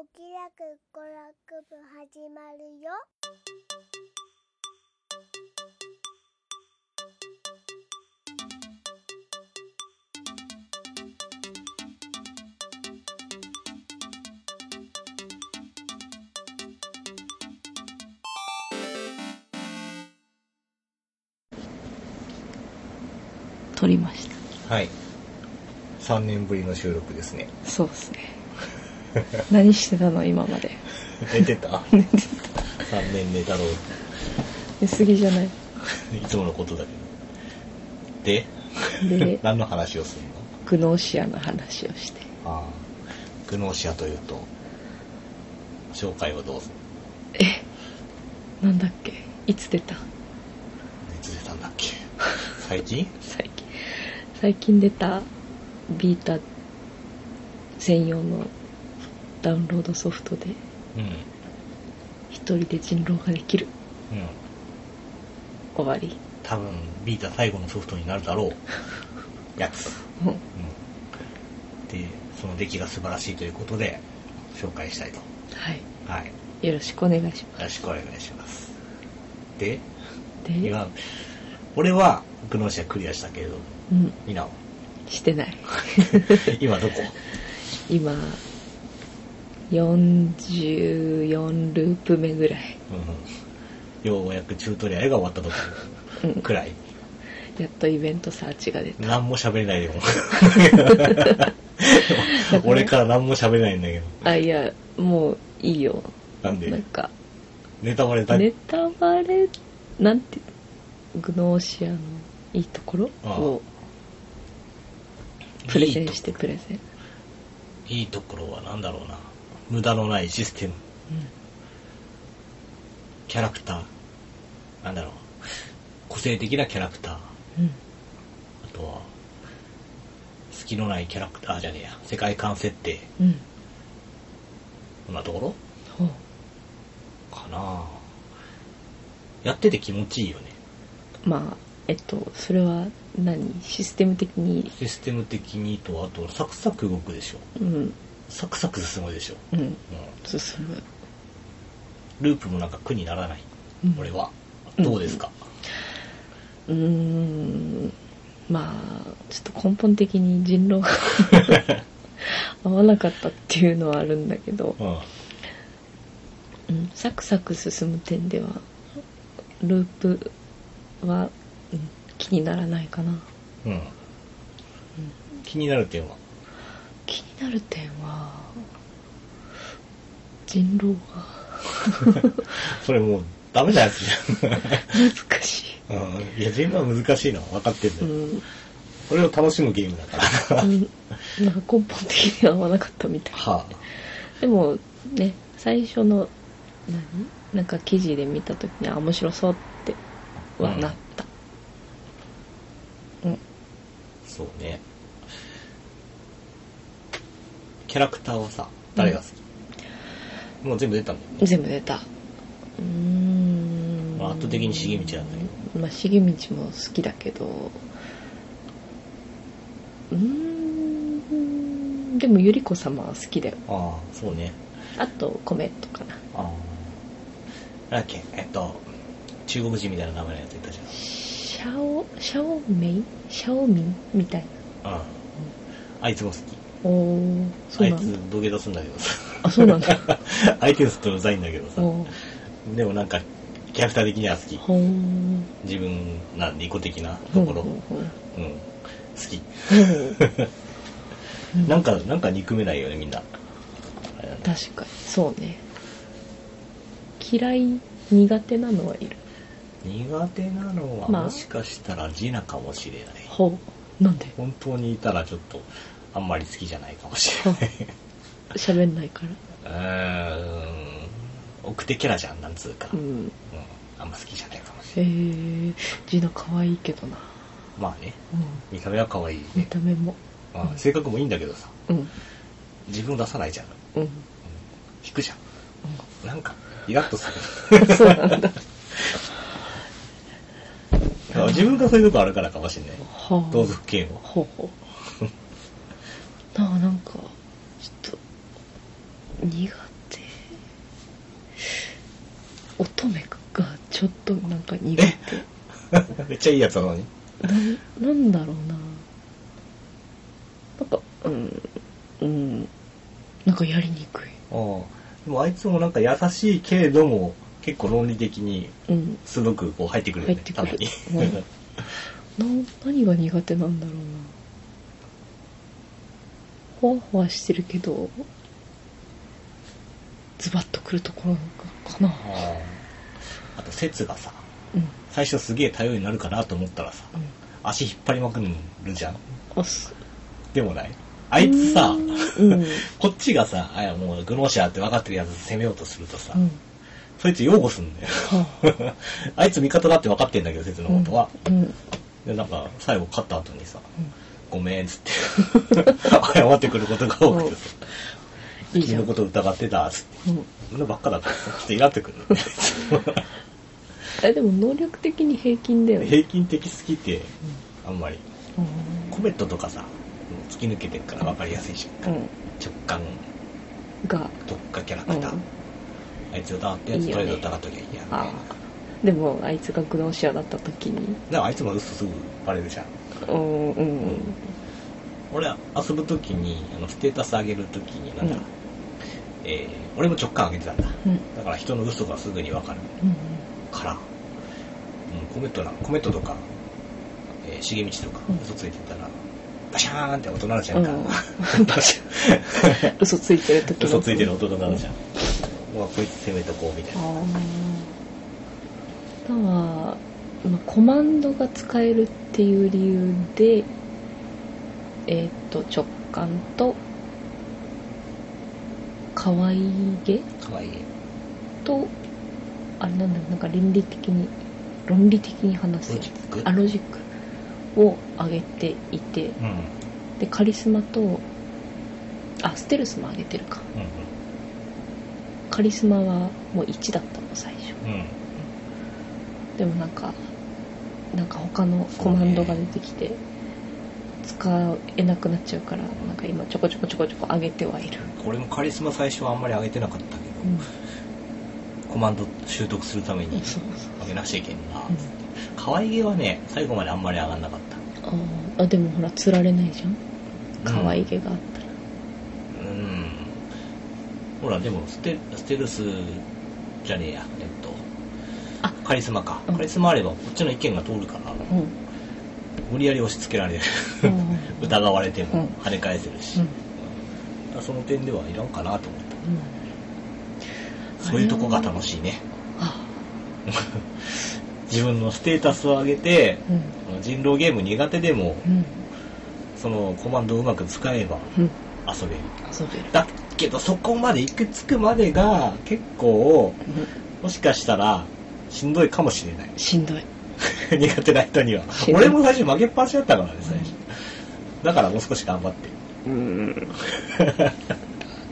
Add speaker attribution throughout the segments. Speaker 1: 早く娯楽部始まるよ。
Speaker 2: 撮りました
Speaker 3: はい。3年ぶりの収録 ですね。
Speaker 2: そうですね 何してたの今まで
Speaker 3: 寝てた
Speaker 2: 寝て
Speaker 3: 3年寝たろう。
Speaker 2: 寝すぎじゃない
Speaker 3: いつものことだけど。で、
Speaker 2: で
Speaker 3: 何の話をするの
Speaker 2: グノーシアの話をして
Speaker 3: ああ。グノーシアというと、紹介をどうぞ。
Speaker 2: なんだっけいつ出た
Speaker 3: いつ出たんだっ け最近
Speaker 2: 最近最近出たビータ専用のダウンロードソフトで
Speaker 3: うん。
Speaker 2: 一人で人狼ができる
Speaker 3: うん。
Speaker 2: 終わり
Speaker 3: 多分、ビータ最後のソフトになるだろ う。やつ。
Speaker 2: うん
Speaker 3: うん。で、その出来が素晴らしいということで、紹介したいと。
Speaker 2: はい
Speaker 3: はい。
Speaker 2: よろしくお願いし
Speaker 3: よろしくお願いします。で、
Speaker 2: ますで
Speaker 3: 今、俺は、グノーシアクリアしたけれど、
Speaker 2: うん
Speaker 3: み んなは、
Speaker 2: してない
Speaker 3: 今どこ
Speaker 2: 今44ループ目ぐらい、
Speaker 3: うんうん。ようやくチュートリアルが終わったとこ
Speaker 2: うん、
Speaker 3: くらい。
Speaker 2: やっとイベントサーチが出た
Speaker 3: 何も喋れな いよ。俺から何も喋れないんだけど。
Speaker 2: あいやもういいよ
Speaker 3: なん
Speaker 2: な
Speaker 3: で
Speaker 2: ん、か
Speaker 3: ネタバレだ
Speaker 2: ネタバレなんてグノーシアのいいところ
Speaker 3: ああ
Speaker 2: をプレゼンしてプレゼン
Speaker 3: いいところはなんだろうな。無駄のないシステム、キャラクター、なんだろう。個性的なキャラクター。
Speaker 2: うんうん
Speaker 3: あとは、隙のないキャラクターあじゃねえや、世界観設定、
Speaker 2: うん
Speaker 3: こんなとこ
Speaker 2: ほう
Speaker 3: ろかなやってて気持ちいいよね。
Speaker 2: まあえっとそれは何システム的に
Speaker 3: システム的にと、あと、サクサク動くでしょ。
Speaker 2: うん
Speaker 3: サクサク進むでしょ。
Speaker 2: うん
Speaker 3: う
Speaker 2: 進む
Speaker 3: ん、ループもなんか苦にならない。
Speaker 2: うん
Speaker 3: 俺は。
Speaker 2: うん
Speaker 3: どうですか、
Speaker 2: うーんまあちょっと根本的に人狼が 合わなかったっていうのはあるんだけど、
Speaker 3: うん、
Speaker 2: うん、サクサク進む点ではループは、うん、気にならないかな
Speaker 3: うん。気になる点は。
Speaker 2: 気になる点は人狼が
Speaker 3: それもう、ダメなやつじ
Speaker 2: 難し
Speaker 3: ゃん。うん。いや、全部は難しいのは分かってん
Speaker 2: い、う
Speaker 3: だよ。
Speaker 2: ん、うん
Speaker 3: それを楽しむゲームだから。
Speaker 2: なんか根本的に合わなかったみたい
Speaker 3: は
Speaker 2: でもね最初の何なんか記事で見た時にあ面白そうってはなった、うん
Speaker 3: あ、そうね。キャラクターはさ、誰が好き、もう全部出たんだよね。
Speaker 2: 全部出たうーん
Speaker 3: まあ圧倒的に重道なんだけど。
Speaker 2: まあ重道も好きだけどうーんでも百合子様は好きだよ
Speaker 3: ああ、そうね。
Speaker 2: あとコメントかな
Speaker 3: ああ。なんだっけ、えっと、中国人みたいな名前のやついたじ
Speaker 2: シャオシャオメイシャオミンみたい
Speaker 3: ゃん。うん。あいつも好き。
Speaker 2: なおおそ
Speaker 3: あ
Speaker 2: う
Speaker 3: い
Speaker 2: なんだ
Speaker 3: つ土下座すんだけどさ。
Speaker 2: あそうなんだ
Speaker 3: 相手すとうざいんだけどさ。
Speaker 2: おー
Speaker 3: でもなんか、キャラクター的には好き。
Speaker 2: ほー
Speaker 3: 自分な、利己的なとこ
Speaker 2: ほうほ
Speaker 3: ろ。
Speaker 2: うほう
Speaker 3: うん。好 き。
Speaker 2: うん
Speaker 3: なんか、なんか憎めないよね、みんな。あれだね
Speaker 2: 確かにそうね嫌い苦手なのはいる
Speaker 3: 苦手なのは、
Speaker 2: まあ
Speaker 3: もしかしたらジナかもしれない。
Speaker 2: ほうなんで
Speaker 3: 本当にいたらちょっと、あんまり好きじゃないかもしれない。
Speaker 2: 喋んないから
Speaker 3: うーん。奥手キャラじゃん、なんつうか。
Speaker 2: う
Speaker 3: うん。
Speaker 2: ん
Speaker 3: あんま好きじゃないかもしれ
Speaker 2: えー、ジナ可愛いけどな、
Speaker 3: ない。まあね、
Speaker 2: うん、
Speaker 3: 見た目は可愛い。
Speaker 2: 見た目も
Speaker 3: まあ、性格もいいんだけどさ、
Speaker 2: うん
Speaker 3: 自分を出さないじゃん。うん
Speaker 2: うん
Speaker 3: 引くじゃん。なんか、イラッとす
Speaker 2: そうなんだ
Speaker 3: る。 自分がそういうとこあるからかもしれない。
Speaker 2: はあ
Speaker 3: 同族嫌悪。
Speaker 2: ほうほうなあなんかちょっと苦手ちょっとなんか苦手。
Speaker 3: めっちゃいいやつなのに。
Speaker 2: なんだろうな。なんか、うん、うん、なんかやりにくい。
Speaker 3: うん。でもあいつもなんか優しいけれども、結構論理的に
Speaker 2: うん。
Speaker 3: 鋭くこう入ってくるよね、たま
Speaker 2: 入って
Speaker 3: に。
Speaker 2: くる な何が苦手なんだろうなほわほわしてるけどズバッとくるところかな
Speaker 3: あと、説がさ、
Speaker 2: うん
Speaker 3: 最初すげえ頼りになるかなと思ったらさ、
Speaker 2: う
Speaker 3: 足引っ張りまくるじゃん。
Speaker 2: んあす
Speaker 3: でもない。あいつさ
Speaker 2: う、んうん
Speaker 3: こっちがさ、あいやもうグノーシアって分かってるやつ攻めようとするとさ、
Speaker 2: うん
Speaker 3: そいつ擁護すんだよ。
Speaker 2: は
Speaker 3: あいつ味方だって分かってんだけど、説のことは。
Speaker 2: あうん
Speaker 3: で、なんか、最後勝った後にさ、ごめんっつって、謝ってくることが多くてさ、
Speaker 2: いい
Speaker 3: 君
Speaker 2: じゃん
Speaker 3: のこと疑ってたっつって、
Speaker 2: うん
Speaker 3: 俺ばっかだったっつってイラってくるんだよね。
Speaker 2: えでも能力的に平均だよね
Speaker 3: 平均的すぎて、あんまり。
Speaker 2: うん
Speaker 3: コメットとかさ、もう突き抜けてるから分かりやすいじゃん。
Speaker 2: うん
Speaker 3: 直感、
Speaker 2: が
Speaker 3: 特化キャラ
Speaker 2: う
Speaker 3: ク
Speaker 2: ん
Speaker 3: ター。あいつ疑ってやつ、
Speaker 2: いいよ
Speaker 3: と
Speaker 2: ね
Speaker 3: りあえず疑っときゃいいやみたい
Speaker 2: あ
Speaker 3: な。
Speaker 2: ーでもあいつがグノーシアだった時に
Speaker 3: なんかあいつも嘘すぐバレるじゃん。
Speaker 2: うんうん
Speaker 3: 俺遊ぶときに、あの、ステータス上げるときに、な
Speaker 2: うんん
Speaker 3: だ、えー俺も直感上げてたんだ。
Speaker 2: うん
Speaker 3: だから人の嘘がすぐにわかる
Speaker 2: うん
Speaker 3: から、うん、コメットな、コメットとか、えー、茂道とか
Speaker 2: うん、
Speaker 3: 嘘ついてたら、バシャーンって音なるじゃんか。
Speaker 2: う ん嘘ついてる時の
Speaker 3: 嘘ついてる音なるじゃん。まあ、こいつ攻めとこうみたい
Speaker 2: あ
Speaker 3: な。
Speaker 2: ーあとは、まあ、コマンドが使えるっていう理由でえっ、と直感と可愛げ
Speaker 3: かわいい。
Speaker 2: とあれなんだろうなんか倫理的に論理的に話す
Speaker 3: ロジック
Speaker 2: あロジックを上げていて
Speaker 3: うん。うん
Speaker 2: でカリスマとあステルスも上げてるかカリスマはもう1だったの最初
Speaker 3: うん。うん。
Speaker 2: でもなんかなんか他のコマンドが出てきて使えなくなっちゃうからなんか今ちょこちょこちょこちょこ上げてはいる、
Speaker 3: 俺もカリスマ最初はあんまり上げてなかったけど、
Speaker 2: うん、
Speaker 3: コマンド習得するために
Speaker 2: そうそう
Speaker 3: 上げなくちゃいけんな
Speaker 2: う。ん
Speaker 3: 可愛げはね、最後まであんまり上がんなかった。
Speaker 2: あーあでもほら釣られないじゃん可愛げがあったら、
Speaker 3: うんほらでもステステルスじゃねえやえっと
Speaker 2: あ
Speaker 3: カリスマか、
Speaker 2: うん
Speaker 3: カリスマあればこっちの意見が通るから
Speaker 2: うん
Speaker 3: 無理やり押し付けられる
Speaker 2: うん
Speaker 3: 疑われても
Speaker 2: うん
Speaker 3: 跳ね返せるし、
Speaker 2: うん
Speaker 3: だからその点ではいらんかなと思っ
Speaker 2: うん
Speaker 3: たそういうとこが楽しいね
Speaker 2: あ
Speaker 3: 自分のステータスを上げて
Speaker 2: うん
Speaker 3: 人狼ゲーム苦手でも
Speaker 2: うん
Speaker 3: そのコマンドをうまく使えば
Speaker 2: うん
Speaker 3: 遊べる
Speaker 2: 遊べる
Speaker 3: だけどそこまで行き着くまでが結構
Speaker 2: う
Speaker 3: もしかしたらしんどいかもしれない
Speaker 2: んしんどい
Speaker 3: 苦手な人には
Speaker 2: しんどい
Speaker 3: 俺も最初負けっぱなしだったからね最初だからもう少し頑張って
Speaker 2: うん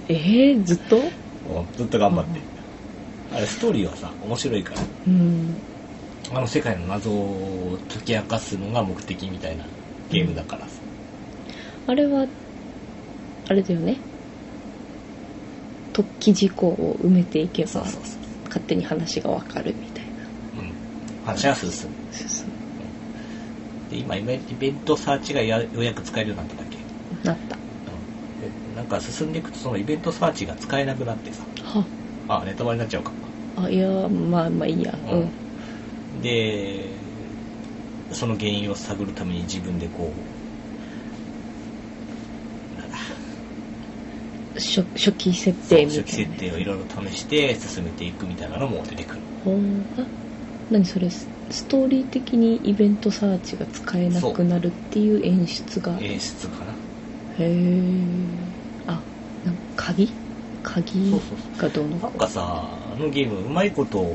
Speaker 2: えー、ずっと
Speaker 3: うんずっと頑張ってあれストーリーはさ面白いから
Speaker 2: うん
Speaker 3: あの世界の謎を解き明かすのが目的みたいなゲームだからさ
Speaker 2: あれは、あれだよね。突起事項を埋めていけ
Speaker 3: そ
Speaker 2: ば
Speaker 3: う、そうそう
Speaker 2: 勝手に話がわかるみたいな。
Speaker 3: うん話が進む
Speaker 2: 進
Speaker 3: で今イベイベントサーチがやようやく使えるようになっただけ
Speaker 2: むなった。
Speaker 3: うんでなんか進んでいくとそのイベントサーチが使えなくなってさ
Speaker 2: は
Speaker 3: あネタバレになっちゃうか
Speaker 2: あ、いや、まあまあいいや。
Speaker 3: う
Speaker 2: うんん。
Speaker 3: でその原因を探るために自分でこうなんだ
Speaker 2: 初初期設定みたい
Speaker 3: 初
Speaker 2: な。
Speaker 3: 期設定をいろいろ試して進めていくみたいなのも出てくる
Speaker 2: ほんあ、何それ、スストーリー的にイベントサーチが使えなくなるっていう演出が。へ
Speaker 3: 演出かな
Speaker 2: え。あ、なんか鍵鍵
Speaker 3: そうそう
Speaker 2: がどう
Speaker 3: な
Speaker 2: の
Speaker 3: んかさあのゲームうまいことうん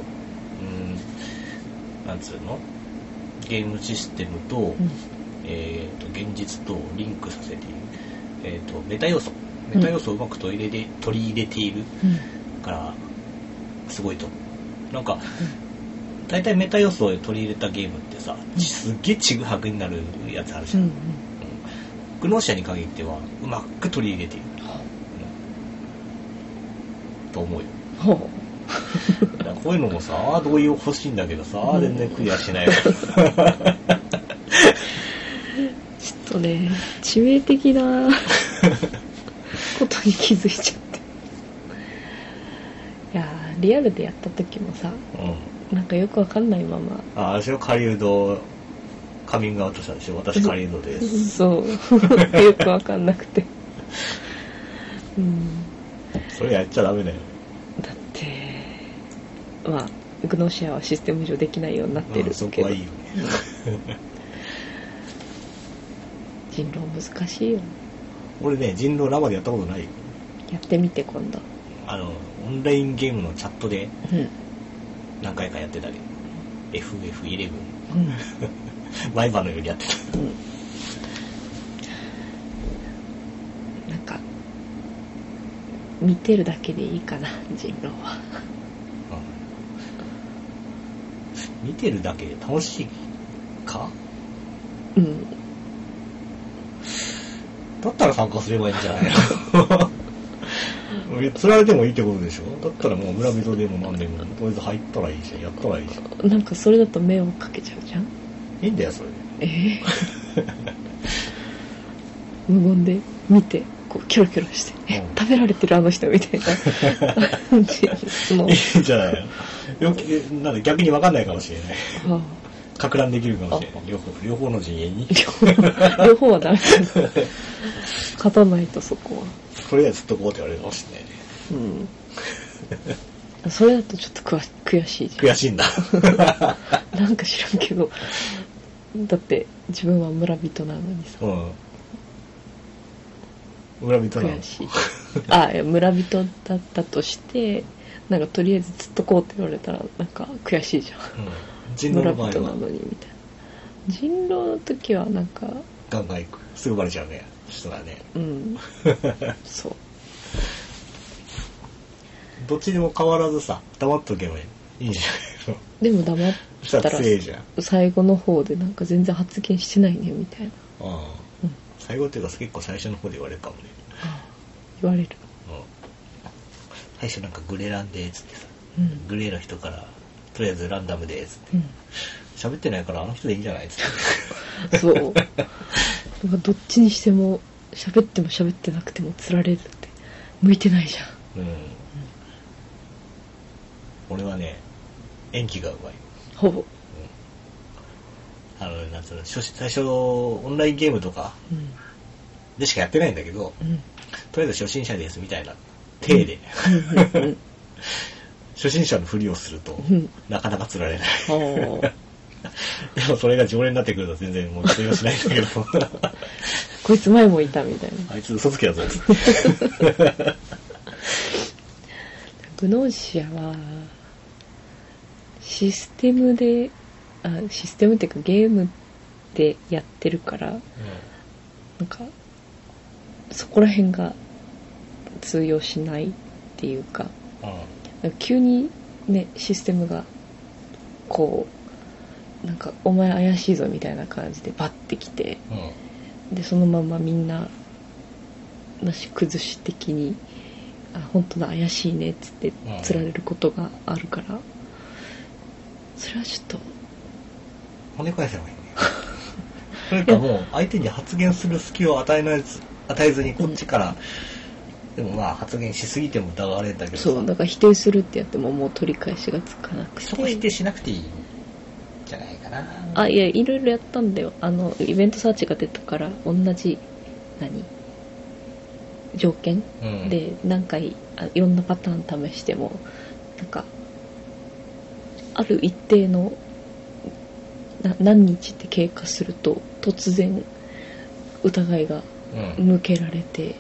Speaker 3: なんつうのゲームシステムと,、
Speaker 2: うん
Speaker 3: えーと現実とリンクさせている、えー、とメタ要素メタ要素をうまく取り入れて取り入れている
Speaker 2: うん。
Speaker 3: からすごいと思うなんか大体メタ要素を取り入れたゲームってさ
Speaker 2: うん
Speaker 3: すっげえちぐはぐになるやつあるじ
Speaker 2: う
Speaker 3: ゃ
Speaker 2: んう
Speaker 3: ん、うんん、グノーシアに限ってはうまく取り入れている、
Speaker 2: は
Speaker 3: うんと思うよ
Speaker 2: ほう。
Speaker 3: だからこういうのもさ同意を欲しいんだけどさ全然クリアし ないわ
Speaker 2: ちょっとね致命的なことに気づいちゃっていやーリアルでやった時もさ
Speaker 3: うん
Speaker 2: なんかよくわかんないまま
Speaker 3: ああれでしょ狩人カミングアウトしたでしょ私狩人です
Speaker 2: そうよくわかんなくてうん
Speaker 3: それやっちゃダメだよ
Speaker 2: だってまあグノシアはシステム上できないようになって
Speaker 3: う
Speaker 2: る
Speaker 3: んそ
Speaker 2: け
Speaker 3: こ
Speaker 2: ど、
Speaker 3: はいいよね
Speaker 2: 人狼難しいよ
Speaker 3: 俺ね人狼生でやったことないよ
Speaker 2: やってみて今度
Speaker 3: あのオンラインゲームのチャットで
Speaker 2: うん、
Speaker 3: 何回かやってたけど FF11
Speaker 2: うん
Speaker 3: 毎晩のようにやってた
Speaker 2: うんなんか見てるだけでいいかな人狼は
Speaker 3: うん見てるだけで楽しいか
Speaker 2: うん
Speaker 3: だったら参加すればいいんじ ゃないの釣られてもいいってことでしょだったらもう村人でも何でもとりあえず入ったらいいじゃんやったらいいじゃん
Speaker 2: なんかそれだと迷惑かけちゃうじゃん
Speaker 3: いいんだよそれで
Speaker 2: ええ無言で見てこうキョロキョロして「え
Speaker 3: うん
Speaker 2: 食べられてるあの人」みたい な感じですもう
Speaker 3: いいんじゃないのよくなんだ逆に分かんないかもしれない
Speaker 2: あ
Speaker 3: か乱できるかもしれない両方両方の陣営に
Speaker 2: あ両方はダメだ勝たないとそこは
Speaker 3: とりあえずずっとこうって言われるかもしれないね
Speaker 2: うんそれだとちょっとくわ悔しいじゃん
Speaker 3: 悔しいんだ
Speaker 2: なんか知らんけどだって自分は村人なのにさ
Speaker 3: うん村人なの
Speaker 2: 悔しいあいや村人だったとしてなんかとりあえずずっとこうって言われたらなんか悔しいじゃん
Speaker 3: うん人狼
Speaker 2: 村
Speaker 3: の場合
Speaker 2: 人な
Speaker 3: は
Speaker 2: のにみたいな人狼の時はなんか
Speaker 3: ガンガン行くすぐバレちゃうね人がね
Speaker 2: うんそう
Speaker 3: どっちにも変わらずさ黙っとけばいいんじゃないの
Speaker 2: でも黙っ
Speaker 3: そした
Speaker 2: た
Speaker 3: ら
Speaker 2: ら
Speaker 3: 強いじゃん
Speaker 2: 最後の方でなんか全然発言してないねみたいな
Speaker 3: うん
Speaker 2: うん
Speaker 3: 最後っていうか結構最初の方で言われるかもね、
Speaker 2: 言われる
Speaker 3: うん、最初なんかグレランでーつってさ
Speaker 2: うん
Speaker 3: グレーの人からとりあえずランダムでーつって
Speaker 2: うん
Speaker 3: 喋ってないからあの人でいいんじゃないっつって
Speaker 2: そう。なんかどっちにしても、喋っても喋ってなくても釣られるって、向いてないじゃん。
Speaker 3: うん、俺はね演技がうまい
Speaker 2: ほぼ。
Speaker 3: あのなんつうの初最初オンラインゲームとか
Speaker 2: うん。
Speaker 3: でしかやってないんだけど
Speaker 2: うん。
Speaker 3: とりあえず初心者ですみたいな体で、
Speaker 2: うん。
Speaker 3: 初心者のふりをすると、
Speaker 2: うん。
Speaker 3: なかなか釣られない。
Speaker 2: うん。ああ。
Speaker 3: でもそれが常連になってくると全然もう通用しないんだ けど、
Speaker 2: こいつ前もいたみたいな。
Speaker 3: あいつ嘘つきだぞ、つって
Speaker 2: グノーシアは、システムで、あシステムっていうかゲームでやってるから、なんか、そこら辺が通用しないっていうか、急にねシステムがこうなんか「お前怪しいぞ」みたいな感じでバッてきて
Speaker 3: うん。うん。
Speaker 2: でそのままみんななし崩し的に「あ本当だ怪しいね」っつって
Speaker 3: うん
Speaker 2: 釣られることがあるからそれはちょっと
Speaker 3: 跳ね返せばいいね。 それかもう相手に発言する隙を与えないず、与えずにこっちから、でもまあ発言しすぎても疑われるんだけどさ
Speaker 2: そうだから否定するってやってももう取り返しがつかなくて
Speaker 3: そこ否定しなくていいんじゃないかな。
Speaker 2: あいやいろいろやったんだよあのイベントサーチが出たから同じ何条件
Speaker 3: うん、
Speaker 2: で何回あいろんなパターン試してもなんかある一定のな何日って経過すると突然疑いが
Speaker 3: うん。
Speaker 2: 向けられて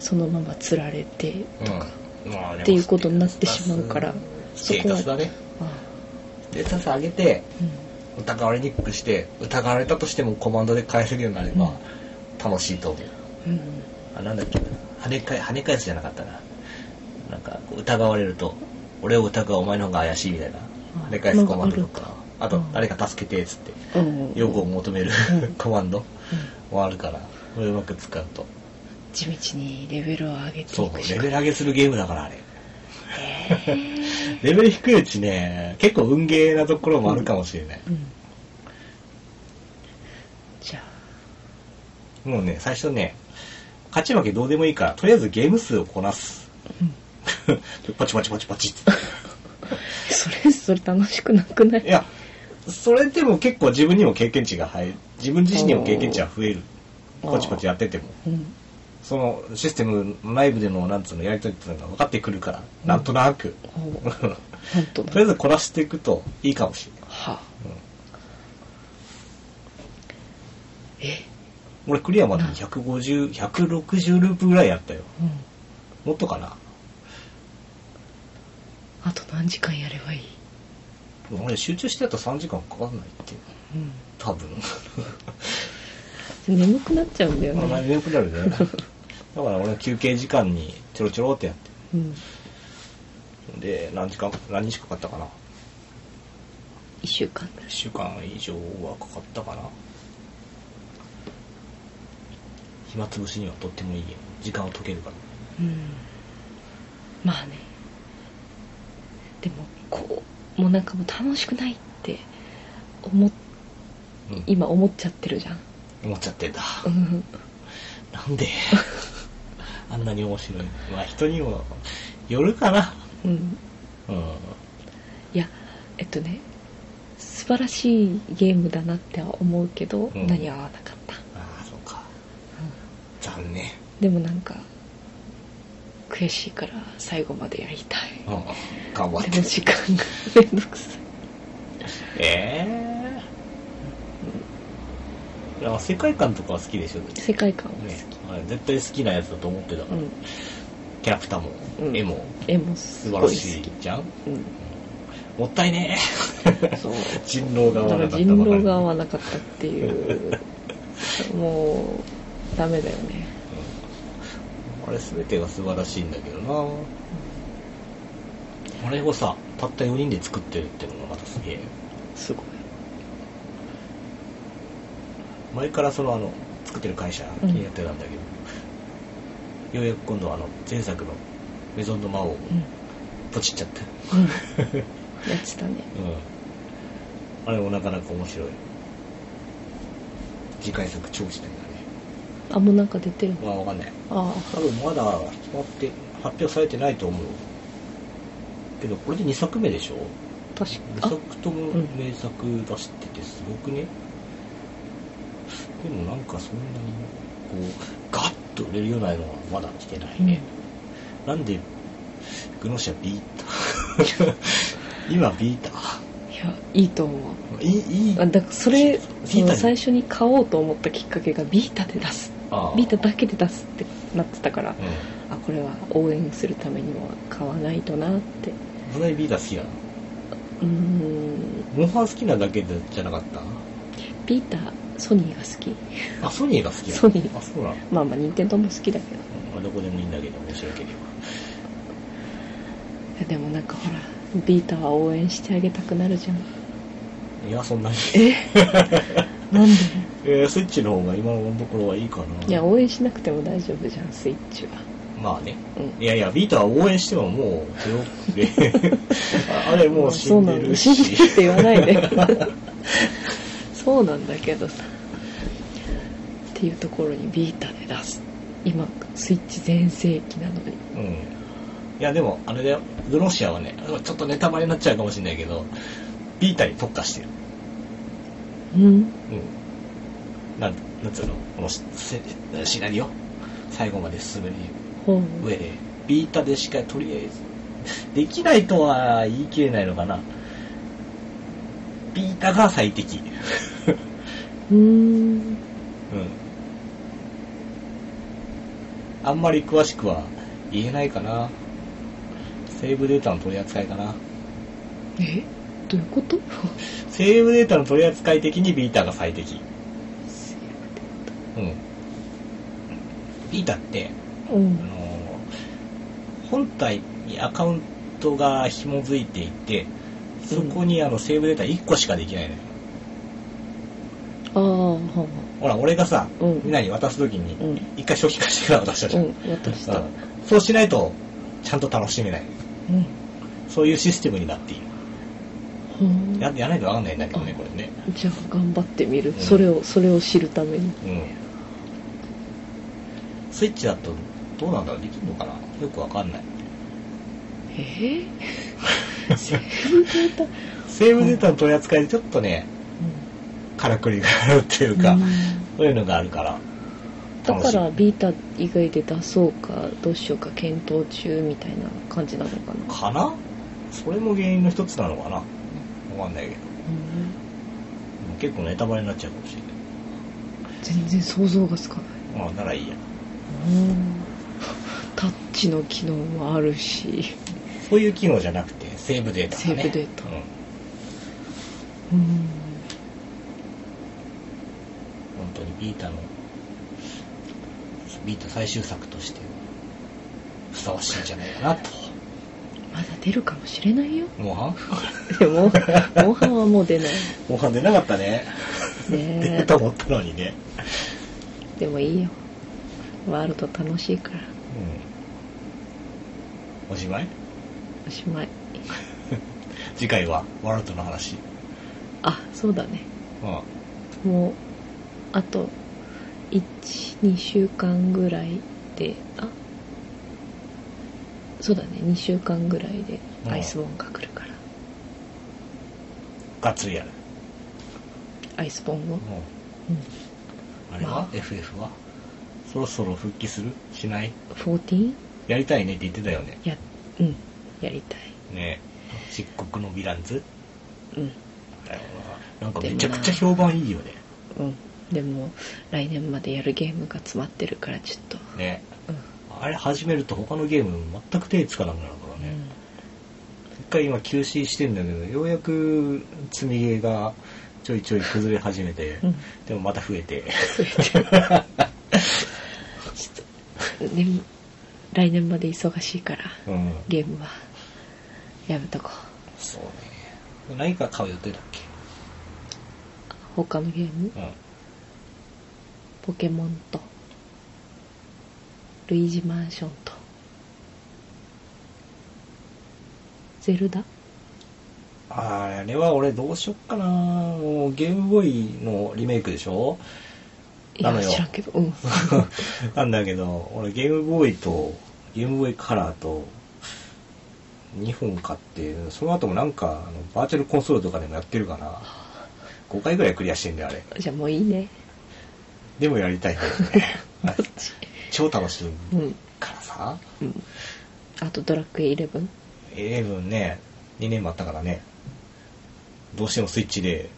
Speaker 2: そのまま釣られてとか、
Speaker 3: うんまあでも
Speaker 2: っていうことになってしまうから
Speaker 3: ステータスだね。
Speaker 2: あ
Speaker 3: ステータス上げて、
Speaker 2: う
Speaker 3: 疑われにくくして疑われたとしてもコマンドで返せるようになれば楽しいと思う、
Speaker 2: んうん
Speaker 3: あなんだっけ跳ね返跳ね返すじゃなかったななんかこう疑われると俺を疑うお前の方が怪しいみたいな
Speaker 2: あ
Speaker 3: 跳ね返すコマンドとかあと
Speaker 2: うん
Speaker 3: 誰か助けてっつって
Speaker 2: うん
Speaker 3: 用語を求める
Speaker 2: うん
Speaker 3: コマンド
Speaker 2: うん
Speaker 3: もあるからこれうまく使うと
Speaker 2: 地道にレベルを上げて
Speaker 3: そ
Speaker 2: いうくし
Speaker 3: レ
Speaker 2: か
Speaker 3: ベル上げするゲームだからあれ
Speaker 2: えー
Speaker 3: レベル低いうちね、結構運ゲーなところもあるかもしれない。
Speaker 2: うんじゃあ
Speaker 3: もうね、最初ね、勝ち負けどうでもいいから、とりあえずゲーム数をこなす。 パチパチパチパチって。
Speaker 2: それそれ楽しくなくないい
Speaker 3: や、それでも結構自分にも経験値が入る。自分自身にも経験値は増える。
Speaker 2: あー
Speaker 3: こちこちやってても。
Speaker 2: うん
Speaker 3: そのシステム内部での、なんつうの、やりとりっていうのが分かってくるから、なんとなく。
Speaker 2: お
Speaker 3: とり
Speaker 2: なんとな
Speaker 3: あ
Speaker 2: く
Speaker 3: えずこなしていくといいかもしれない。
Speaker 2: はあえ
Speaker 3: 俺クリアまでに150、160ループぐらいやったよ。
Speaker 2: うん
Speaker 3: もっとかな。
Speaker 2: あと何時間やればいい
Speaker 3: 俺集中してやったら3時間かかんないって。
Speaker 2: うん
Speaker 3: 多分。
Speaker 2: 眠くなっちゃうんだよ
Speaker 3: まあ、
Speaker 2: ね、
Speaker 3: 眠くなるね。だから俺休憩時間にちょろちょろってやって。
Speaker 2: うん、
Speaker 3: で、何時間、何日かかったかな。
Speaker 2: 1週間ぐら
Speaker 3: 1
Speaker 2: い
Speaker 3: 週間以上はかかったかな。暇つぶしにはとってもいいゲーム。時間を解けるから。
Speaker 2: うんまあねでもこうもうなんかもう楽しくないって思っ
Speaker 3: うん
Speaker 2: 今思っちゃってるじゃん、
Speaker 3: 思っちゃってんだ。
Speaker 2: うん、
Speaker 3: なんであんなに面白い。まあ人にもよるかな。
Speaker 2: うん、
Speaker 3: うん。
Speaker 2: いやえっとね素晴らしいゲームだなっては思うけど、
Speaker 3: うん
Speaker 2: 何合わなかった、
Speaker 3: ああ、そうか。残念。
Speaker 2: でもなんか悔しいから最後までやりたい
Speaker 3: うん。頑張っ
Speaker 2: で
Speaker 3: て
Speaker 2: も。時間がめんどくさい
Speaker 3: ええいや世界観とかは好きでしょ、ね
Speaker 2: 世界観は好
Speaker 3: あれ絶対好きなやつだと思ってたか
Speaker 2: き、う
Speaker 3: ら、
Speaker 2: ん、
Speaker 3: キャラクターも、
Speaker 2: うん
Speaker 3: 絵も
Speaker 2: 絵も
Speaker 3: 素
Speaker 2: す
Speaker 3: 晴
Speaker 2: ご
Speaker 3: ら
Speaker 2: い
Speaker 3: し
Speaker 2: 好き
Speaker 3: いじゃ
Speaker 2: う
Speaker 3: ん
Speaker 2: ん
Speaker 3: もったいね
Speaker 2: そう
Speaker 3: え 人狼が
Speaker 2: だ
Speaker 3: 合
Speaker 2: から
Speaker 3: わなかった
Speaker 2: 人
Speaker 3: ばか
Speaker 2: 狼
Speaker 3: り
Speaker 2: が合わなかったっていうもうダメだよね
Speaker 3: あれ全てが素晴らしいんだけどな、あれをさたった4人で作ってるっていうのがまたすげえ
Speaker 2: すごい
Speaker 3: 前からそのあの作ってる会社気
Speaker 2: うん
Speaker 3: になってたんだけど、ようやく今度あの前作のメゾンの魔王を
Speaker 2: うん、
Speaker 3: ポチっちゃって
Speaker 2: うん、やってたね
Speaker 3: うん。あれもなかなか面白い。次回作超期待だね。
Speaker 2: あもうなんか出てるの
Speaker 3: まあわかんない。
Speaker 2: あ
Speaker 3: 多分まだ決まって、発表されてないと思う。けどこれで2作目でしょ
Speaker 2: あ確
Speaker 3: ?2
Speaker 2: かあ
Speaker 3: 作とも
Speaker 2: うん
Speaker 3: 名作出しててすごくね。でもなんかそんなに、こう、ガッと売れるようなのはまだ来てないね。なんで、グノシャビー タ今ビータ
Speaker 2: いやいいと思う
Speaker 3: いい、いい
Speaker 2: あだからそれそ
Speaker 3: ビータに
Speaker 2: の最初に買おうと思ったきっかけがビータで出す
Speaker 3: ああ
Speaker 2: ビータだけで出すってなってたから
Speaker 3: う
Speaker 2: あこれは応援するためには買わないとなって
Speaker 3: ん。ブライビータ好きなの
Speaker 2: うーん
Speaker 3: モンハン好きなだけでじゃなかった
Speaker 2: ビータソニーが好き
Speaker 3: あ、ソニーが好きなの
Speaker 2: ソニー
Speaker 3: あ、そうなの
Speaker 2: まあまあ任天堂も好きだけど
Speaker 3: まあどこでもいいんだけど、面白ければ。
Speaker 2: いやでもなんかほらビータは応援してあげたくなるじゃん
Speaker 3: いや、そんなに。
Speaker 2: え なんで
Speaker 3: えー、スイッチの方が今のところはいいかな。
Speaker 2: いや応援しなくても大丈夫じゃんスイッチは
Speaker 3: まあね。
Speaker 2: うん
Speaker 3: いやいや、ビータは応援してももう、手遅れ ああれもう死んで
Speaker 2: そうな
Speaker 3: る
Speaker 2: んだ死んでる
Speaker 3: し
Speaker 2: っ。て言わないで そうなんだけどさっていうところにビータで出す今スイッチ全盛期なのに
Speaker 3: うん。いや、でも、あれだよ。グロシアはね、ちょっとネタバレになっちゃうかもしれないけど、ビータに特化してる。
Speaker 2: うん
Speaker 3: うん。なん、なんつうのこのシシシナリオ最後まで進める
Speaker 2: ほう
Speaker 3: 上で、ビータでしかとりあえず、できないとは言い切れないのかな。ビータが最適。
Speaker 2: うーん
Speaker 3: うん。あんまり詳しくは言えないかな。セーブデータの取り扱いかな。
Speaker 2: えどういうこと
Speaker 3: セーブデータの取り扱い的にビータが最適。うん。ビータって、
Speaker 2: う
Speaker 3: あ
Speaker 2: ん
Speaker 3: の本体にアカウントが紐づいていてそこにあのセーブデータ1個しかできないのよ
Speaker 2: ああは
Speaker 3: ほら俺がさ
Speaker 2: あうん
Speaker 3: みんなに渡す時に
Speaker 2: うん
Speaker 3: 一回初期化してから渡したじ
Speaker 2: う
Speaker 3: ゃん、
Speaker 2: ん渡した
Speaker 3: うんそうしないとちゃんと楽しめない
Speaker 2: うん
Speaker 3: そういうシステムになっている
Speaker 2: ほう
Speaker 3: ややらないとわかんないんだけどねこれね
Speaker 2: じゃあ頑張ってみる、
Speaker 3: うん
Speaker 2: それをそれを知るために
Speaker 3: うんスイッチだとどうなんだろうできるのかなよくわかんない
Speaker 2: えー、セーブデータ、うん
Speaker 3: セーブデータの取り扱いでちょっとねからくりがあるっていうか、
Speaker 2: うん
Speaker 3: そういうのがあるから
Speaker 2: だ
Speaker 3: 楽し
Speaker 2: か
Speaker 3: い
Speaker 2: らビータ以外で出そうかどうしようか検討中みたいな感じなのかな、
Speaker 3: かなそれも原因の一つなのかなわかんないけど結構ネタバレになっちゃうかもしれな
Speaker 2: 全然想像がつかない、
Speaker 3: いまあならいいや
Speaker 2: タッチの機能もあるし
Speaker 3: そういう機能じゃなくてセーブデータがね
Speaker 2: セーブデータ
Speaker 3: うん
Speaker 2: うん
Speaker 3: 本当にビータのビータ最終作としてはふさわしいんじゃないかなと
Speaker 2: まだ出るかもしれないよ
Speaker 3: モンハン
Speaker 2: でもモンハンはもう出ない
Speaker 3: モンハン出なかった ね
Speaker 2: ね
Speaker 3: 出ると思ったのにね
Speaker 2: でもいいよワールド楽しいから
Speaker 3: うんおしまい
Speaker 2: おしまい
Speaker 3: 次回はワールドの話
Speaker 2: あそうだね
Speaker 3: うん
Speaker 2: もうあと12週間ぐらいであそうだね2週間ぐらいで
Speaker 3: うん
Speaker 2: アイスボーンが来るから、
Speaker 3: がっつりやる
Speaker 2: アイスボーンを、
Speaker 3: あれは、
Speaker 2: まあ
Speaker 3: ?FF はそろそろ復帰するしない
Speaker 2: うん、14?
Speaker 3: やりたいねって言ってたよね。
Speaker 2: やうんやりたい
Speaker 3: ねえ漆黒のヴィランズ
Speaker 2: うん
Speaker 3: だよななんかめちゃくちゃ評判いいよね。
Speaker 2: うんでも来年までやるゲームが詰まってるからちょっと
Speaker 3: ね
Speaker 2: うん、
Speaker 3: あれ始めると他のゲーム全く手つかなくなるからね。一回今休止してんだけど、ようやく積みゲーがちょいちょい崩れ始めて、
Speaker 2: うん
Speaker 3: でもまた増え て。
Speaker 2: うん、でも来年まで忙しいから
Speaker 3: うん。
Speaker 2: ゲームはやめとこ
Speaker 3: そうね。何か買う予定だっけ
Speaker 2: う他のゲーム
Speaker 3: うん。
Speaker 2: ポケモンとルイージマンションとゼルダ
Speaker 3: あれは俺どうしよっかなもうゲームボーイのリメイクでしょ
Speaker 2: い
Speaker 3: なの
Speaker 2: や
Speaker 3: よ
Speaker 2: 知らんけどうん
Speaker 3: なんだけど、俺ゲームボーイと、ゲームボーイカラーと、2本買って、その後もなんか、あのバーチャルコンソールとかでもやってるから、5回ぐらいクリアしてんだよ、あれ。
Speaker 2: じゃあもういいね
Speaker 3: でもやりたいんだよ ね。あれ超楽しい
Speaker 2: うん
Speaker 3: からさ。
Speaker 2: うんあとドラクエイレブン
Speaker 3: 11ね、2年もあったからね、どうしてもスイッチで、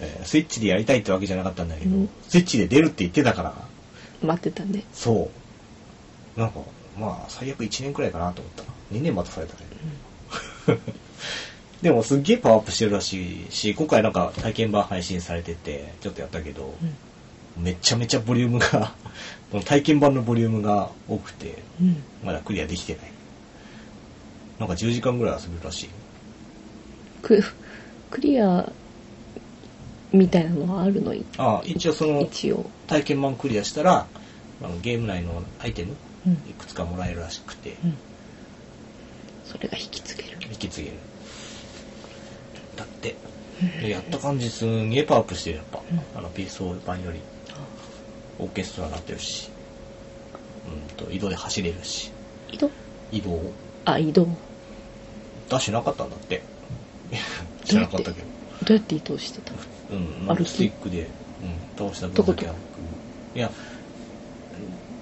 Speaker 3: えースイッチでやりたいってわけじゃなかったんだけど、
Speaker 2: うん
Speaker 3: スイッチで出るって言ってたから、
Speaker 2: 待ってたね
Speaker 3: そう。なんか、まあ、最悪1年くらいかなと思ったら、2年待たされたね。 でもすっげえパワーアップしてるらしいし、今回なんか体験版配信されてて、ちょっとやったけど、めちゃめちゃボリュームが、 この体験版のボリュームが多くて、
Speaker 2: うん、うん、
Speaker 3: まだクリアできてない。なんか10時間ぐらい遊べるらしい。
Speaker 2: ククリアみたいなのはあるのい
Speaker 3: ああ、一応その
Speaker 2: 一応、
Speaker 3: 体験版クリアしたら、あのゲーム内のアイテム、
Speaker 2: うん
Speaker 3: いくつかもらえるらしくて、
Speaker 2: うん、それが引きつける
Speaker 3: 引き継げるだってでやった感じすんげえパワーアップしてるやっぱ、あの PSO 版よりオーケストラになってるしうんと移動で走れるし
Speaker 2: 移動
Speaker 3: 移動
Speaker 2: あ移動ど
Speaker 3: 出しなかったんだって知らなかったけど
Speaker 2: うやって移動してたの
Speaker 3: うんなんか
Speaker 2: 歩き
Speaker 3: スティックで、うん、倒した分だけ歩くいや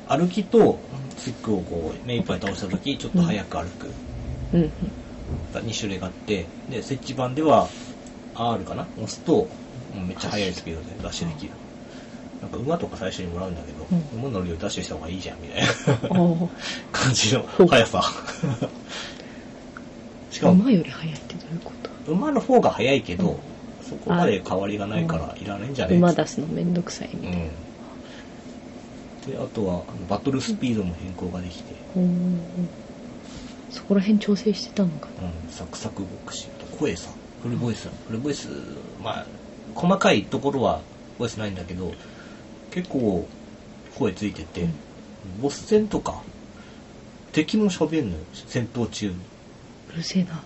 Speaker 3: 歩きとスティックをこう目いっぱい倒した時ちょっと早く歩く、
Speaker 2: うんう ん
Speaker 3: が2種類があってで設置版では R かな押すとうんめっちゃ速いスピードでダッシュできるなんか馬とか最初にもらうんだけど、
Speaker 2: うん
Speaker 3: 馬乗るよりダッシュした方がいいじゃんみたいな
Speaker 2: ああ
Speaker 3: 感じの
Speaker 2: うん
Speaker 3: 速さしかも
Speaker 2: 馬より速いってどういうこと
Speaker 3: 馬の方が速いけど、そこまで変わりがないからいらないんじゃねえ
Speaker 2: 馬
Speaker 3: か
Speaker 2: 出すのめんどくさいみた
Speaker 3: うん
Speaker 2: いな、
Speaker 3: であとはバトルスピードも変更ができて、
Speaker 2: ほうそこら辺調整してたのかな
Speaker 3: うん、サクサクボクシングと声さフルボイスフルボイスまあ細かいところはボイスないんだけど結構声ついてて、
Speaker 2: うん
Speaker 3: ボス戦とか敵も喋んのよ戦闘中に
Speaker 2: へるせえな。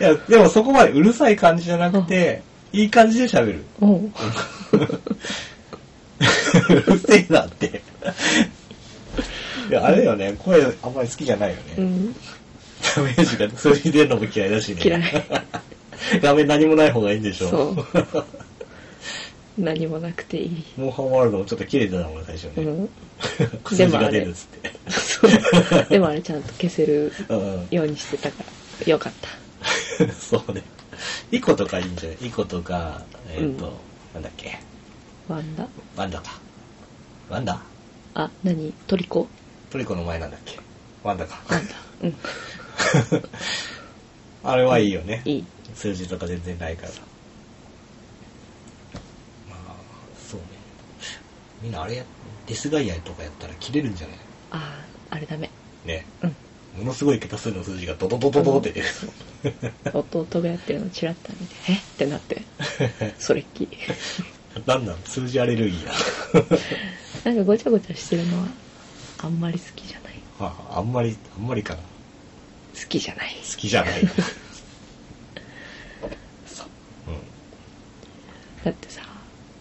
Speaker 3: いや、でもそこまでうるさい感じじゃなくて、いい感じで喋る。
Speaker 2: おう。
Speaker 3: うるせえなって。いや、あれよね、声あんまり好きじゃないよね。
Speaker 2: うん。
Speaker 3: ダメージが、それに出るのも嫌いだしね。
Speaker 2: 嫌い。
Speaker 3: 画面何もない方がいいんでしょ。
Speaker 2: そう。 何もなくていい。
Speaker 3: モンハンワールドもちょっと切れてたもんね、最初
Speaker 2: う
Speaker 3: ね。
Speaker 2: ん。
Speaker 3: 数字が出るっつって。
Speaker 2: そう。でもあれちゃんと消せる
Speaker 3: うん
Speaker 2: ようにしてたから、よかった。
Speaker 3: そうね。イコとかいいんじゃないイコとか、えっ、と、
Speaker 2: うん
Speaker 3: なんだっけ。
Speaker 2: ワンダ。
Speaker 3: ワンダか。ワンダ
Speaker 2: あ、何トリコ
Speaker 3: トリコの前なんだっけ。ワンダか。
Speaker 2: ワンダ。うん。
Speaker 3: あれはいいよね。
Speaker 2: いい。
Speaker 3: 数字とか全然ないから。まあ、そうね。みんなあれや、デスガイアとかやったら切れるんじゃない
Speaker 2: あー、あれダメ。
Speaker 3: ね。
Speaker 2: うん。
Speaker 3: ものすごい桁数の数字がドドドドドって出る。
Speaker 2: 弟がやってるのチラッと見て、えってな って。それっきり。
Speaker 3: なんなん数字アレルギーだ。
Speaker 2: なんかごちゃごちゃしてるのは、あんまり好きじゃない。
Speaker 3: ああんまり、あんまりかな。
Speaker 2: 好きじゃない。
Speaker 3: 好きじゃない。そう。
Speaker 2: だってさ、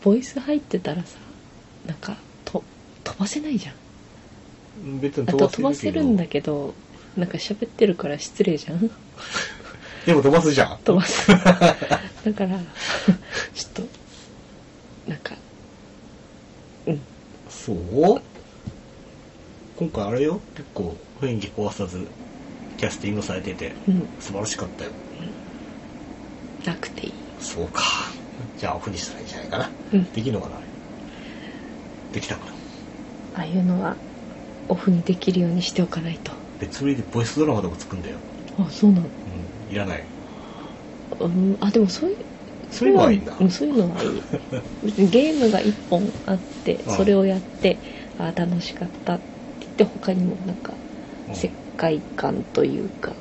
Speaker 2: ボイス入ってたらさ、なんか、と、飛ばせないじゃん。
Speaker 3: うん。別に
Speaker 2: あ
Speaker 3: 飛
Speaker 2: と
Speaker 3: ば
Speaker 2: 飛ば
Speaker 3: せ
Speaker 2: せ
Speaker 3: るけ
Speaker 2: る
Speaker 3: ど
Speaker 2: んだけど、なんか喋ってるから失礼じゃ ん
Speaker 3: でも飛ばすじゃん。
Speaker 2: 飛ばす。だから、ちょっと、なんか、うん、
Speaker 3: そう今回あれよ。結構雰囲気壊さず、キャスティングされてて、
Speaker 2: うん、
Speaker 3: 素晴らしかったよ。
Speaker 2: なくていい。
Speaker 3: そうか。じゃあオフにしたらいいんじゃないかな。
Speaker 2: うん、
Speaker 3: できるのかなあれできたかな。
Speaker 2: ああいうのは、オフにできるようにしておかないと。
Speaker 3: 別売りでボイスドラマとか作るんだよ。
Speaker 2: あ、そうなの
Speaker 3: うん。いらない。
Speaker 2: うん、あ、でもそういう、
Speaker 3: それはいいんだ。
Speaker 2: うん、そういうのはいい。別にゲームが一本あって、
Speaker 3: うん
Speaker 2: それをやって、あー楽しかったって言って、他にもなんか、
Speaker 3: うん
Speaker 2: 世界観というか、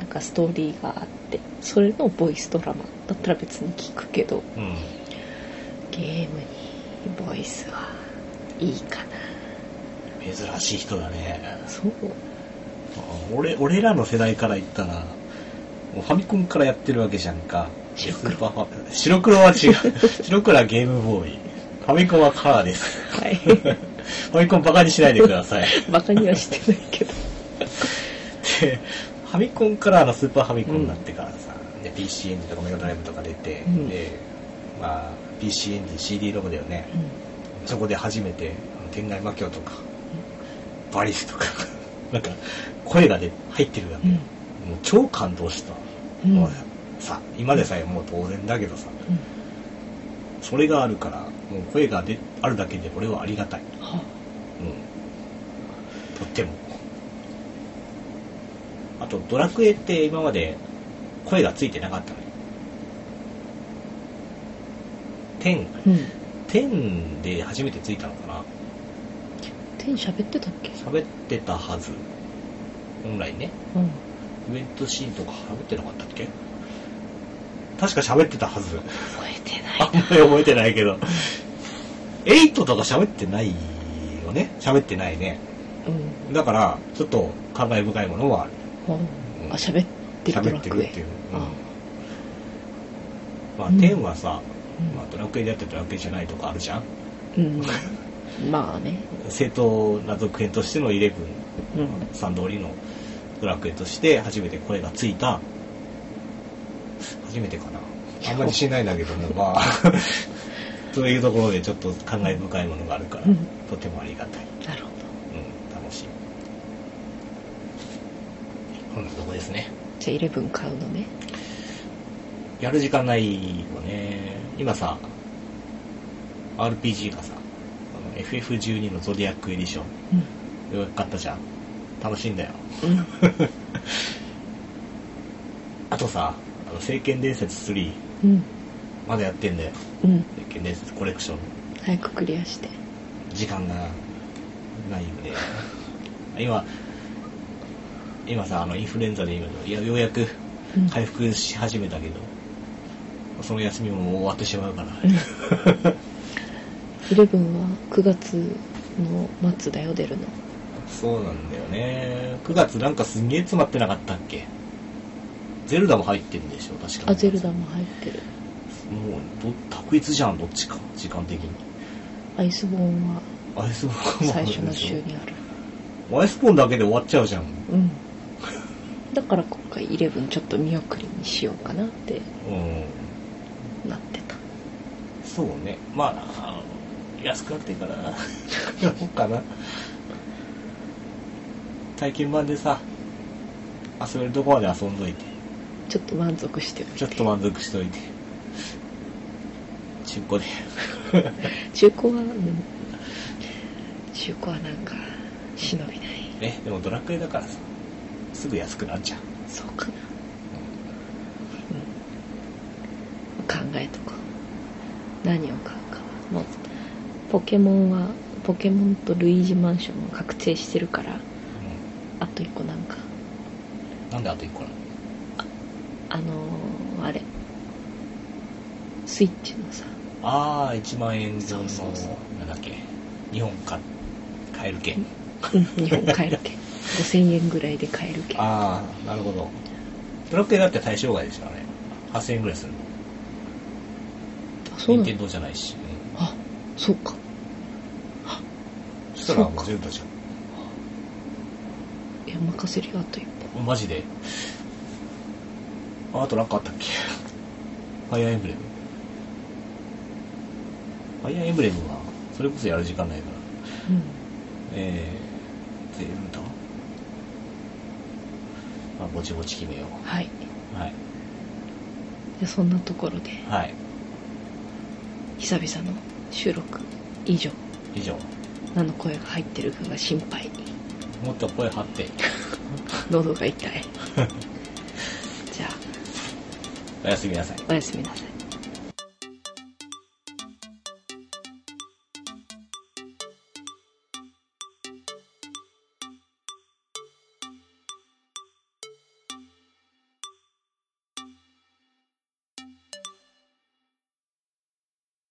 Speaker 2: なんかストーリーがあって、それのボイスドラマだったら別に聞くけど、
Speaker 3: うん。
Speaker 2: ゲームにボイスはいいか
Speaker 3: 珍しい人だね
Speaker 2: な。。そう。
Speaker 3: 俺、俺らの世代から言ったら、もうファミコンからやってるわけじゃんか。
Speaker 2: 白
Speaker 3: ス
Speaker 2: 黒
Speaker 3: ーパーファミ白黒 は違う。白黒はゲームボーイ。ファミコンはカー です。
Speaker 2: はい。
Speaker 3: ファミコンバカにしないでください。
Speaker 2: バカにはしてないけど。
Speaker 3: で、ファミコンからあのスーパーファミコンになってからさ、で、PC エンジンとかメガドライブとか出て、
Speaker 2: うん
Speaker 3: で、まあ、PC エンジン CD ロムだよね。そこで初めて、あの天外魔境とか、バリスとか、なんか、声がで入ってるわけ、
Speaker 2: うん。
Speaker 3: もう超感動した。
Speaker 2: うん。うん。
Speaker 3: もうさ、今でさえもう当然だけどさ、それがあるから、もう声がであるだけで俺はありがたい。
Speaker 2: は
Speaker 3: うん。とっても。あと、ドラクエって今まで声がついてなかったのよ。天、
Speaker 2: うん。
Speaker 3: 天で初めてついたのかな
Speaker 2: 天喋ってたっけ
Speaker 3: 喋ってたはず。本来ね。
Speaker 2: うん。
Speaker 3: イベントシーンとか喋ってなかったっけ確か喋ってたはず。
Speaker 2: 覚えてない
Speaker 3: あんまり覚えてないけど。エイトとか喋ってないよね喋ってないね。
Speaker 2: うん。
Speaker 3: だから、ちょっと感慨深いものはある。
Speaker 2: あ、喋ってるド
Speaker 3: 喋
Speaker 2: ラ
Speaker 3: って
Speaker 2: ク
Speaker 3: るっ
Speaker 2: エ
Speaker 3: ていう。。うん
Speaker 2: あ
Speaker 3: まあ、
Speaker 2: うん
Speaker 3: 天はさ、
Speaker 2: うん
Speaker 3: まあ、ドラクエであってドラクエじゃないとかあるじゃん
Speaker 2: うん。まあね。
Speaker 3: 正当な続編としてのイレブ
Speaker 2: う
Speaker 3: ン、
Speaker 2: ん。
Speaker 3: 三通りのドラクエとして初めて声がついた、初めてかな。あんまりしないんだけども、まあ、 そういうところでちょっと感慨深いものがあるから、
Speaker 2: うん
Speaker 3: とてもありがたい。
Speaker 2: なるほ
Speaker 3: うん、楽しい。こんなとこですね。
Speaker 2: ど。じゃあ、イレブン買うのね。
Speaker 3: やる時間ないよね。今さ、RPG がさ、あの FF12 のゾディアックエディショ
Speaker 2: う
Speaker 3: ン、よかったじゃん。楽しいんだよ。
Speaker 2: ん。うん。
Speaker 3: あとさ、あの、聖剣伝説3、
Speaker 2: うん。
Speaker 3: まだやってんだよ。
Speaker 2: うん。
Speaker 3: 聖剣伝説コレクション。
Speaker 2: 早くクリアして。
Speaker 3: 時間がないん で。今、今さ、あの、インフルエンザで今、いやようやく
Speaker 2: うん。
Speaker 3: 回復し始めたけど、その休みももう終わってしまうから。
Speaker 2: イレブンは9月の末だよ、出るの。
Speaker 3: そうなんだよね。9 9月なんかすんげえ詰まってなかったっけゼルダも入ってるんでしょ確か
Speaker 2: あゼルダも入ってる
Speaker 3: もうど択一じゃんどっちか時間的に
Speaker 2: アイスボーンは
Speaker 3: アイスボーンもあ
Speaker 2: 最
Speaker 3: る
Speaker 2: 初の
Speaker 3: でし
Speaker 2: 週
Speaker 3: ょ
Speaker 2: にある
Speaker 3: アイスボーンだけで終わっちゃうじゃん
Speaker 2: うんだから今回11ちょっと見送りにしようかなって
Speaker 3: うん
Speaker 2: なってた
Speaker 3: そうねまああの安くなってるからやろうかな体験版でさ遊べるとこまで遊んどいて
Speaker 2: ちょっと満足しておいて
Speaker 3: ちょっと満足しといて中古で
Speaker 2: 中古は、うん、中古はなんか忍びない
Speaker 3: えでもドラクエだからさすぐ安くなっちゃう
Speaker 2: そうかな、うん、考えとこう何を買うかはもうポケモンはポケモンとルイージマンションも確定してるから
Speaker 3: う
Speaker 2: あと1個なんか
Speaker 3: んなんであと1個なの
Speaker 2: あのー、あれスイッチのさ
Speaker 3: ああ1万円分
Speaker 2: そう
Speaker 3: の
Speaker 2: そうそ
Speaker 3: なんだっけ日本か買えるけ
Speaker 2: うんうん日本買える け5000円ぐらいで買えるけ
Speaker 3: ああなるほどドラクエだって対象外でしょあれ8000円ぐらいするの
Speaker 2: あそうな
Speaker 3: 任天
Speaker 2: の
Speaker 3: 堂じゃないし、うん
Speaker 2: あそうか
Speaker 3: そしたら
Speaker 2: そう
Speaker 3: も
Speaker 2: か
Speaker 3: うゼルダじゃ
Speaker 2: いや任せるよあと1本
Speaker 3: んマジでああとなんかあったっけファイアーエンブレムファイアーエンブレムはそれこそやる時間ないから
Speaker 2: うん
Speaker 3: えー、ゼルダまあぼちぼち決めよ
Speaker 2: はいう
Speaker 3: はい
Speaker 2: じゃあそんなところで
Speaker 3: はい
Speaker 2: 久々の収録以上
Speaker 3: 以上
Speaker 2: 何の声が入ってるかが心配
Speaker 3: もっと声張って
Speaker 2: 喉が痛いじゃあ
Speaker 3: おやすみなさい
Speaker 2: おやすみなさい